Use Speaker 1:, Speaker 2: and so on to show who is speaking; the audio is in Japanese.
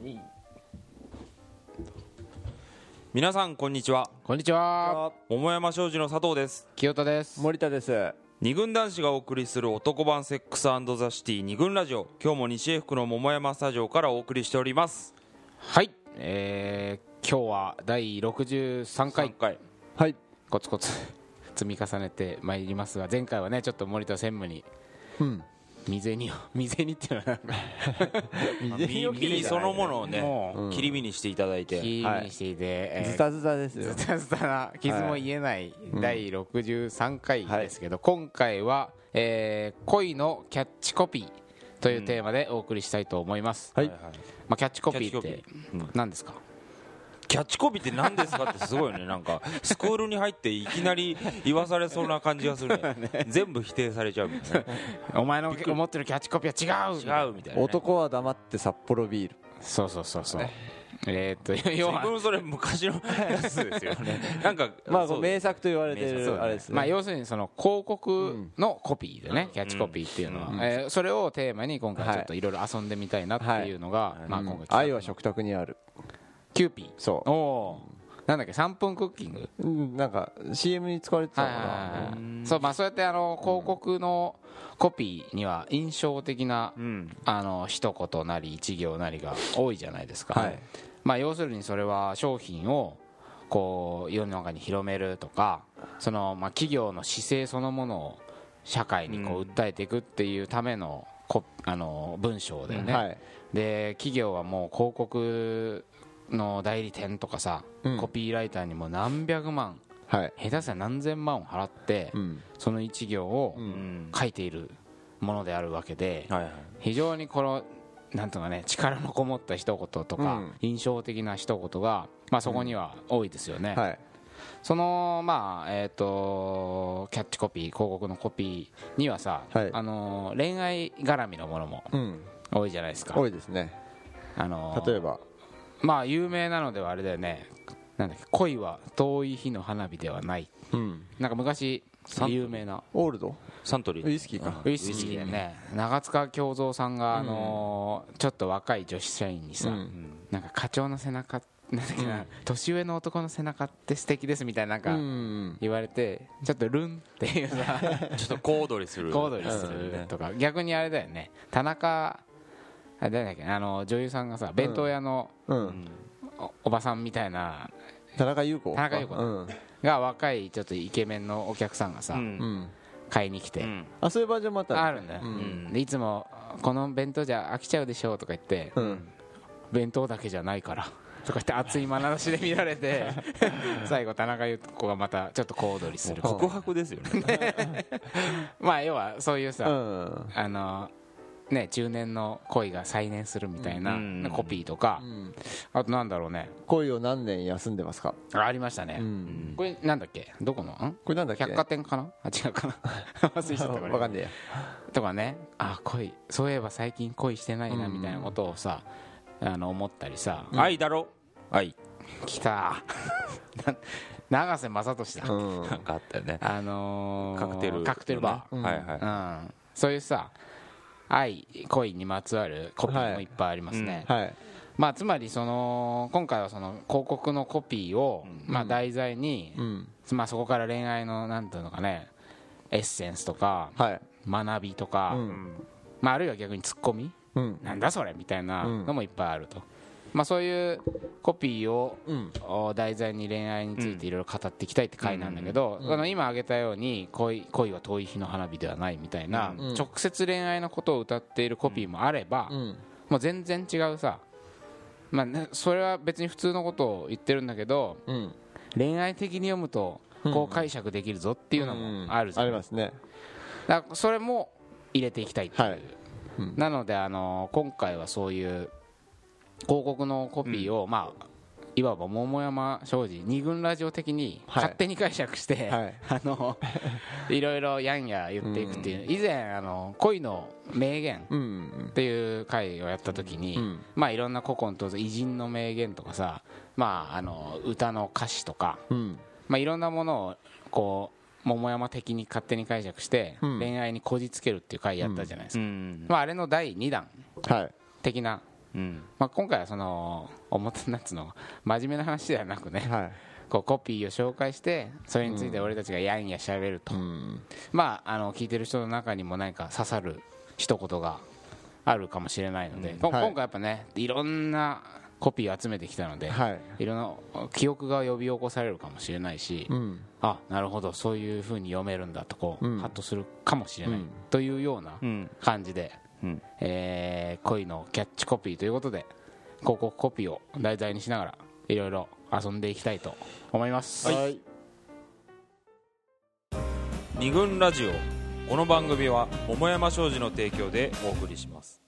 Speaker 1: に
Speaker 2: 皆さんこんにちは
Speaker 3: こんにちは
Speaker 2: 桃山商事の佐藤です
Speaker 3: 清田です
Speaker 1: 森田です
Speaker 2: 二軍男子がお送りする男版セックスザシティ二軍ラジオ今日も西江福の桃山スタジオからお送りしております
Speaker 3: はいえー、今日は第63回
Speaker 2: 3回
Speaker 1: はい
Speaker 3: コツコ ツ積み重ねてまいりますが前回はねちょっと森田専務に
Speaker 1: うん
Speaker 3: 未銭を 未銭っていうのはなんか
Speaker 2: 身身そのものをね
Speaker 3: も
Speaker 2: 切り身にしていただいて、
Speaker 3: 気にしていて、えー
Speaker 1: ズタズタですよ
Speaker 3: ズタズタな傷も言えない第63回ですけど、今回は、えー恋のキャッチコピー」というテーマでお送りしたいと思います、
Speaker 1: はい
Speaker 3: まあ、キャッチコ
Speaker 2: キ
Speaker 3: ピ
Speaker 2: ャッチ
Speaker 3: ー
Speaker 2: コ
Speaker 3: っ
Speaker 2: ピ
Speaker 3: て
Speaker 2: ー、うん
Speaker 3: 何ですか
Speaker 2: キャッチコピーって何ですかってすごいよねなんかスクールに入っていきなり言わされそうな感じがするね全部否定されちゃうみたい
Speaker 3: お前の思ってるキャッチコピーは違う
Speaker 2: な違うみたいな、ね、
Speaker 1: 男は黙って札幌ビール
Speaker 3: そうそうそうそうえーっ と要
Speaker 2: 自分
Speaker 3: は
Speaker 2: もそれ昔のやつですよねなんか
Speaker 1: まあ
Speaker 2: そう
Speaker 1: 名作と言われて
Speaker 2: 名
Speaker 1: る
Speaker 2: 作
Speaker 1: あれですね
Speaker 3: まあ要するにその広告のコピーでね、キャッチコピーっていうのは、えーそれをテーマに今回ちょっといろいろ遊んでみたいなっていうのが、まあ今回
Speaker 1: 愛は食卓にある
Speaker 3: キューピー
Speaker 1: そ
Speaker 3: おおーなんだっけ3分クッキング
Speaker 1: ううんなんか CM に使われてた
Speaker 3: は
Speaker 1: の
Speaker 3: い
Speaker 1: か
Speaker 3: はいは
Speaker 1: な
Speaker 3: いはいそうまあそうやってあの広告のコピーには印象的な、
Speaker 2: うん
Speaker 3: あの一言なり一行なりが多いじゃないですか、
Speaker 1: はい
Speaker 3: まあ、要するにそれは商品をこう世の中に広めるとかそのまあ企業の姿勢そのものを社会にこう訴えていくっていうためのこあの文章だよね、
Speaker 1: はい
Speaker 3: で企業はもう広告の代理店とかさ、
Speaker 1: うん
Speaker 3: コピーライターにも何百万
Speaker 1: はい
Speaker 3: 下手したら何千万を払って、
Speaker 1: うん
Speaker 3: その一行を
Speaker 2: うん
Speaker 3: 書いているものであるわけで、
Speaker 2: はいはい
Speaker 3: 非常にこのなんとかね力のこもった一言とか、
Speaker 1: うん
Speaker 3: 印象的な一言が、まあ、そこには多いですよね、
Speaker 1: はい
Speaker 3: そのまあえっ、とキャッチコピー広告のコピーにはさ、
Speaker 1: はい
Speaker 3: あのー恋愛絡みのものも
Speaker 1: うん
Speaker 3: 多いじゃないですか
Speaker 1: 多いですね
Speaker 3: あのー
Speaker 1: 例えば
Speaker 3: まあ有名なのではあれだよねなんだっけ恋は遠い日の花火ではない
Speaker 1: うん
Speaker 3: なんか昔
Speaker 2: サントリー
Speaker 3: 有名な
Speaker 1: オールド
Speaker 2: サントリー
Speaker 1: ウイスキーか
Speaker 3: ウイスキーでね長塚京三さんが、あのーちょっと若い女子社員にさ、なんか課長の背中なんだっけな、年上の男の背中って素敵ですみたいななん
Speaker 1: う
Speaker 3: か
Speaker 1: ん
Speaker 3: 言われてちょっとルンっていうさ
Speaker 2: ちょっと小躍りする
Speaker 3: 小躍りするとか逆にあれだよね田中あ誰だっけあの女優さんがさ弁当屋の
Speaker 1: うん
Speaker 3: おおばさんみたいな
Speaker 1: 田中優子
Speaker 3: 田中優子
Speaker 1: うん
Speaker 3: が若いちょっとイケメンのお客さんがさ、
Speaker 2: うん
Speaker 1: うん
Speaker 3: 買いに来て、
Speaker 2: うん
Speaker 1: あそういうバージョンもあった
Speaker 3: あ
Speaker 1: ね
Speaker 3: るんだよ、
Speaker 2: ん
Speaker 3: でいつもこの弁当じゃ飽きちゃうでしょうとか言って、
Speaker 1: うん
Speaker 3: 弁当だけじゃないから とか言って熱い眼差しで見られ て最後田中優子がまたちょっと小躍りする
Speaker 2: 告白ですよね
Speaker 3: まあ要はそういう
Speaker 1: う
Speaker 3: さ、
Speaker 1: ん
Speaker 3: あのね中年の恋が再燃するみたいな
Speaker 2: うん
Speaker 3: コピーとか、
Speaker 1: ん
Speaker 3: あとなんだろうね
Speaker 1: 恋を何年休んでますか
Speaker 3: あありましたね、
Speaker 1: うん
Speaker 3: これなんだっけどこのん
Speaker 1: これなんだっけ
Speaker 3: 百貨店かなあ違う かな忘れちゃったこれ
Speaker 1: わかんねえや
Speaker 3: とかねあ恋そういえば最近恋してないなみたいなことをさ、あの思ったりさ、
Speaker 2: 愛だろ愛
Speaker 3: 来た な永瀬正俊だ、
Speaker 1: うん
Speaker 2: なんかあったよね
Speaker 3: あのー
Speaker 2: カクテル
Speaker 3: カクテルバ
Speaker 2: ーはいはい
Speaker 3: ー、うん、そういうさ愛恋にまつわるコピーもいっぱいありますね、
Speaker 2: はい
Speaker 1: はい
Speaker 3: まあ、つまりその今回はその広告のコピーを、まあ、題材に、
Speaker 1: うん
Speaker 3: まあ、そこから恋愛のなんていうのかねエッセンスとか、
Speaker 1: はい
Speaker 3: 学びとか、
Speaker 1: うん
Speaker 3: まあ、あるいは逆にツッコミ
Speaker 1: うん
Speaker 3: なんだそれみたいなのもいっぱいあると、まあ、そういうコピーを
Speaker 1: うん
Speaker 3: お題材に恋愛についていろいろ語っていきたいって回なんだけど、あの今挙げたように恋恋は遠い日の花火ではないみたいな、
Speaker 1: うん
Speaker 3: 直接恋愛のことを歌っているコピーもあれば、
Speaker 1: うん
Speaker 3: もう全然違うさ、まあね、それは別に普通のことを言ってるんだけど
Speaker 1: うん
Speaker 3: 恋愛的に読むとこう解釈できるぞっていうのもあるじゃ
Speaker 1: あ
Speaker 3: ん、
Speaker 1: りますね
Speaker 3: だからそれも入れていきたいっていう、
Speaker 1: はいうん
Speaker 3: なのであの今回はそういう広告のコピーを、まあいわば桃山商事二軍ラジオ的に
Speaker 1: はい
Speaker 3: 勝手に解釈して、
Speaker 1: はい
Speaker 3: あのいろいろやんや言っていくっていう、以前あの恋の名言
Speaker 1: う
Speaker 3: っ
Speaker 1: ん
Speaker 3: ていう回をやった時に、
Speaker 1: うん
Speaker 3: まあいろんな古今東西偉人の名言とかさまああの歌の歌詞とか、
Speaker 1: うん
Speaker 3: まあ、いろんなものをこう桃山的に勝手に解釈して、
Speaker 1: うん
Speaker 3: 恋愛にこじつけるっていう回やったじゃないです
Speaker 2: う
Speaker 3: か、
Speaker 2: ん
Speaker 3: まあ、あれの第2弾
Speaker 1: はい
Speaker 3: 的な
Speaker 2: うん
Speaker 3: まあ、今回はその表なっつうの真面目な話ではなくね
Speaker 1: はい
Speaker 3: こうコピーを紹介してそれについて俺たちがやんやしゃべると、
Speaker 1: うん
Speaker 3: まああの聞いてる人の中にも何か刺さる一言があるかもしれないので、こ
Speaker 1: はい
Speaker 3: 今回やっぱねいろんなコピーを集めてきたので、
Speaker 1: はい
Speaker 3: いろんな記憶が呼び起こされるかもしれないし、
Speaker 1: うん
Speaker 3: あなるほどそういうふうに読めるんだとこう、
Speaker 1: うん
Speaker 3: ハッとするかもしれない、
Speaker 1: うん
Speaker 3: というような
Speaker 2: うん
Speaker 3: 感じで、
Speaker 2: うん
Speaker 3: えー恋のキャッチコピーということで広告コピーを題材にしながらいろいろ遊んでいきたいと思います、
Speaker 1: はい
Speaker 2: 二軍ラジオこの番組は桃山商事の提供でお送りします